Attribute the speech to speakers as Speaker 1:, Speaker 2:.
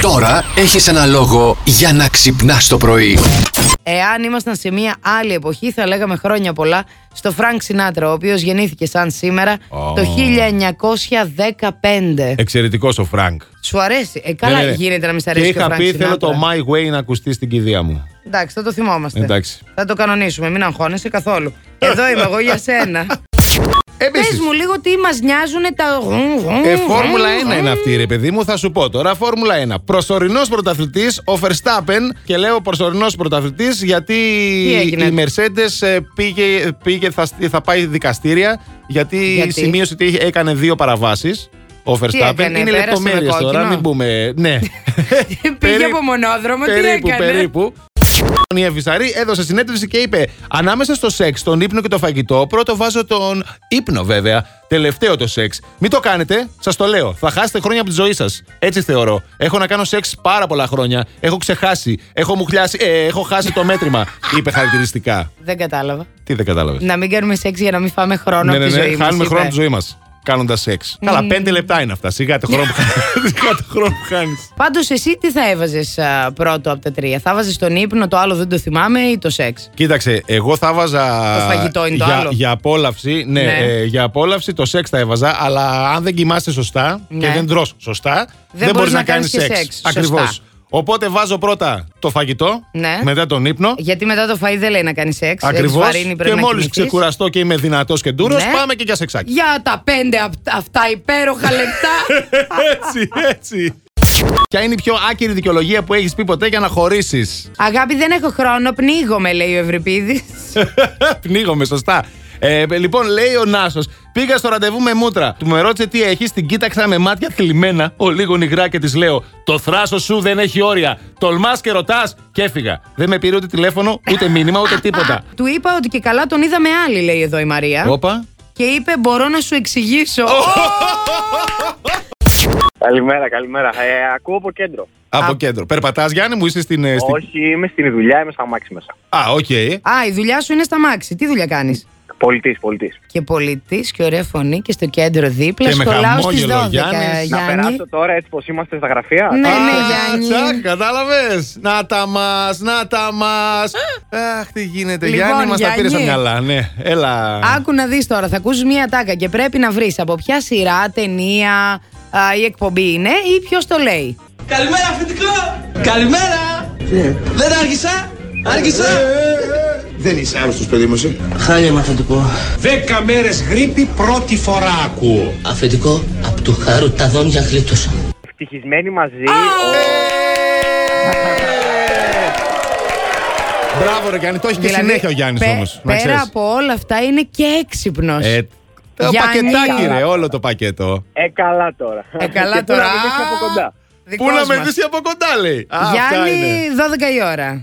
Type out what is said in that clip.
Speaker 1: Τώρα έχεις ένα λόγο για να ξυπνάς το πρωί.
Speaker 2: Εάν ήμασταν σε μια άλλη εποχή, θα λέγαμε χρόνια πολλά στο Φρανκ Σινάτρα, ο οποίος γεννήθηκε σαν σήμερα
Speaker 3: Ω.
Speaker 2: το 1915.
Speaker 3: Εξαιρετικός ο Φρανκ.
Speaker 2: Σου αρέσει. Ε, καλά
Speaker 3: Ναι, ναι, ναι.
Speaker 2: γίνεται να μην σ' αρέσει
Speaker 3: Και
Speaker 2: ο
Speaker 3: είχα
Speaker 2: Φρανκ
Speaker 3: πει θέλω το
Speaker 2: Σινάτρα.
Speaker 3: My Way να ακουστεί στην κηδεία μου.
Speaker 2: Εντάξει, θα το θυμόμαστε.
Speaker 3: Εντάξει. Ε,
Speaker 2: Θα το κανονίσουμε, μην αγχώνεσαι καθόλου. Εδώ είμαι εγώ για σένα.
Speaker 3: Επίσης,
Speaker 2: Πες μου λίγο τι μας νοιάζουν τα.
Speaker 3: Ε, Φόρμουλα 1 είναι αυτή, ρε παιδί μου, θα σου πω τώρα. Φόρμουλα 1. Προσωρινός πρωταθλητής, ο Verstappen. Και λέω προσωρινός πρωταθλητής, γιατί
Speaker 2: Τι έγινε?
Speaker 3: η Mercedes ε, πήγε, πήγε θα, σ- θα πάει δικαστήρια, γιατί,
Speaker 2: Γιατί?
Speaker 3: σημείωσε ότι είχε- έκανε δύο παραβάσεις. Ο Verstappen
Speaker 2: έκανε,
Speaker 3: είναι
Speaker 2: πέρασε
Speaker 3: λεπτομέρειε
Speaker 2: με
Speaker 3: τώρα,
Speaker 2: κόκκινο?
Speaker 3: μην πούμε. Ναι.
Speaker 2: Πήγε
Speaker 3: Περί-
Speaker 2: από μονόδρομο, τι
Speaker 3: περίπου,
Speaker 2: έκανε.
Speaker 3: περίπου. Η Ευησαρή έδωσε συνέντευξη και είπε: Ανάμεσα στο σεξ, τον ύπνο και το φαγητό, πρώτο βάζω τον ύπνο βέβαια. Τελευταίο το σεξ. Μην το κάνετε, σας το λέω. Θα χάσετε χρόνια από τη ζωή σας. Έτσι θεωρώ. Έχω να κάνω σεξ πάρα πολλά χρόνια. Έχω ξεχάσει. Έχω μουχλιάσει. Ε, έχω χάσει το μέτρημα. είπε χαρακτηριστικά.
Speaker 2: Δεν κατάλαβα.
Speaker 3: Τι δεν κατάλαβες.
Speaker 2: Να μην κάνουμε σεξ για να μην φάμε χρόνο από τη ζωή μας,
Speaker 3: Ναι, χάνουμε
Speaker 2: είπε.
Speaker 3: χρόνο από τη ζωή μας. Κάνοντας σεξ. Καλά, πέντε λεπτά είναι αυτά. Σιγά το χρόνο που χάνεις. Σιγά το χρόνο που χάνεις.
Speaker 2: Πάντως, εσύ τι θα έβαζες πρώτο από τα τρία. Θα βάζε τον ύπνο, το άλλο δεν το θυμάμαι ή το σεξ.
Speaker 3: Κοίταξε, εγώ θα έβαζα.
Speaker 2: Το φαγητό είναι το
Speaker 3: για,
Speaker 2: άλλο.
Speaker 3: Για απόλαυση, ναι,
Speaker 2: Ναι.
Speaker 3: ε, για απόλαυση το σεξ θα έβαζα, αλλά αν δεν κοιμάσαι σωστά
Speaker 2: Ναι.
Speaker 3: και δεν τρως σωστά, δεν,
Speaker 2: μπορείς
Speaker 3: μπορείς
Speaker 2: να
Speaker 3: να, κάνεις
Speaker 2: κάνεις και
Speaker 3: σεξ.
Speaker 2: σεξ,
Speaker 3: Ακριβώς.
Speaker 2: σωστά.
Speaker 3: Οπότε βάζω πρώτα το φαγητό,
Speaker 2: Ναι.
Speaker 3: μετά τον ύπνο.
Speaker 2: Γιατί μετά το φαΐ δεν λέει να κάνεις σεξ. έχεις
Speaker 3: Ακριβώς.
Speaker 2: βαρύνει, πρέπει
Speaker 3: Και
Speaker 2: να
Speaker 3: μόλις
Speaker 2: κοιμηθείς.
Speaker 3: ξεκουραστώ και είμαι δυνατός και ντούρος,
Speaker 2: Ναι.
Speaker 3: πάμε και για σεξάκι.
Speaker 2: Για τα πέντε απ- αυτά υπέροχα λεπτά.
Speaker 3: έτσι, έτσι. Ποια είναι η πιο άκυρη δικαιολογία που έχεις πει ποτέ για να χωρίσεις.
Speaker 2: Αγάπη, δεν έχω χρόνο, πνίγομαι, λέει ο Ευρυπίδης.
Speaker 3: Πνίγομαι, σωστά. Ε, λοιπόν, λέει ο Νάσος, πήγα στο ραντεβού με μούτρα. Του με ρώτησε τι έχεις, την κοίταξα με μάτια θλιμμένα, ο λίγο νυγρά και της λέω: Το θράσος σου δεν έχει όρια. Τολμάς και ρωτάς, και έφυγα. Δεν με πήρε ούτε τηλέφωνο, ούτε μήνυμα, ούτε τίποτα.
Speaker 2: Του είπα ότι και καλά τον είδα με άλλη, λέει εδώ η Μαρία.
Speaker 3: Όπα.
Speaker 2: Και είπε: Μπορώ να σου εξηγήσω.
Speaker 4: Καλημέρα, καλημέρα. Ε, ακούω από κέντρο.
Speaker 3: Από κέντρο. Περπατάς, Γιάννη μου, είσαι στην. ε, στην-
Speaker 4: Όχι, είμαι στην δουλειά, είμαι στα μάξι μέσα.
Speaker 3: Α, οκ.
Speaker 2: Α, η δουλειά σου είναι στα μάξι. Τι δουλειά κάνεις.
Speaker 4: Πολιτής, πολιτής.
Speaker 2: Και πολιτής και ωραία φωνή και στο κέντρο δίπλα.
Speaker 3: Και με
Speaker 2: στο λαό στι 12.
Speaker 3: χαμόγελο, Γιάννης.
Speaker 4: Να περάσω τώρα έτσι πως είμαστε στα γραφεία.
Speaker 2: Ναι, ναι,
Speaker 3: Α,
Speaker 2: Γιάννη.
Speaker 3: τσακ, κατάλαβες. Να τα μας, να τα μας. Αχ, τι γίνεται,
Speaker 2: Λοιπόν,
Speaker 3: Γιάννη, μας τα πήρε
Speaker 2: Γιάννη.
Speaker 3: μυαλά, ναι. Έλα.
Speaker 2: Άκου να δεις τώρα, θα ακούσεις μία τάκα και πρέπει να βρεις από ποια σειρά, ταινία α, η εκπομπή είναι ή ποιος το λέει.
Speaker 5: Καλημέρα φοιτητικό! Καλημέρα!
Speaker 6: Ναι.
Speaker 5: Δεν άργησα! Άργησα!
Speaker 6: Ε, Δεν είσαι άρρωστος παιδί μου εσύ.
Speaker 5: Χάλια με αφεντικό.
Speaker 7: Δέκα μέρες γρήπη πρώτη φορά ακούω.
Speaker 5: Αφεντικό, απ' του χάρου τα δόντια γλίτωσαν.
Speaker 4: Ευτυχισμένοι μαζί.
Speaker 3: Μπράβο, ρε Γιάννη, το έχει και
Speaker 2: Δηλαδή,
Speaker 3: συνέχεια ο Γιάννης
Speaker 2: πε-
Speaker 3: όμως.
Speaker 2: Πέρα από όλα αυτά είναι και έξυπνος.
Speaker 3: Ε, το
Speaker 2: Γιάννη,
Speaker 3: πακετάκι,
Speaker 2: καλά.
Speaker 3: ρε, όλο το πακέτο.
Speaker 4: Ε, ε, καλά τώρα.
Speaker 2: Ε, καλά
Speaker 4: Και πού να
Speaker 2: τώρα.
Speaker 4: με δεις από κοντά.
Speaker 2: Δικός
Speaker 3: Πού να με
Speaker 2: μας.
Speaker 3: δει από κοντά, λέει. Α, αυτά είναι.
Speaker 2: Γιάννη, 12 η ώρα.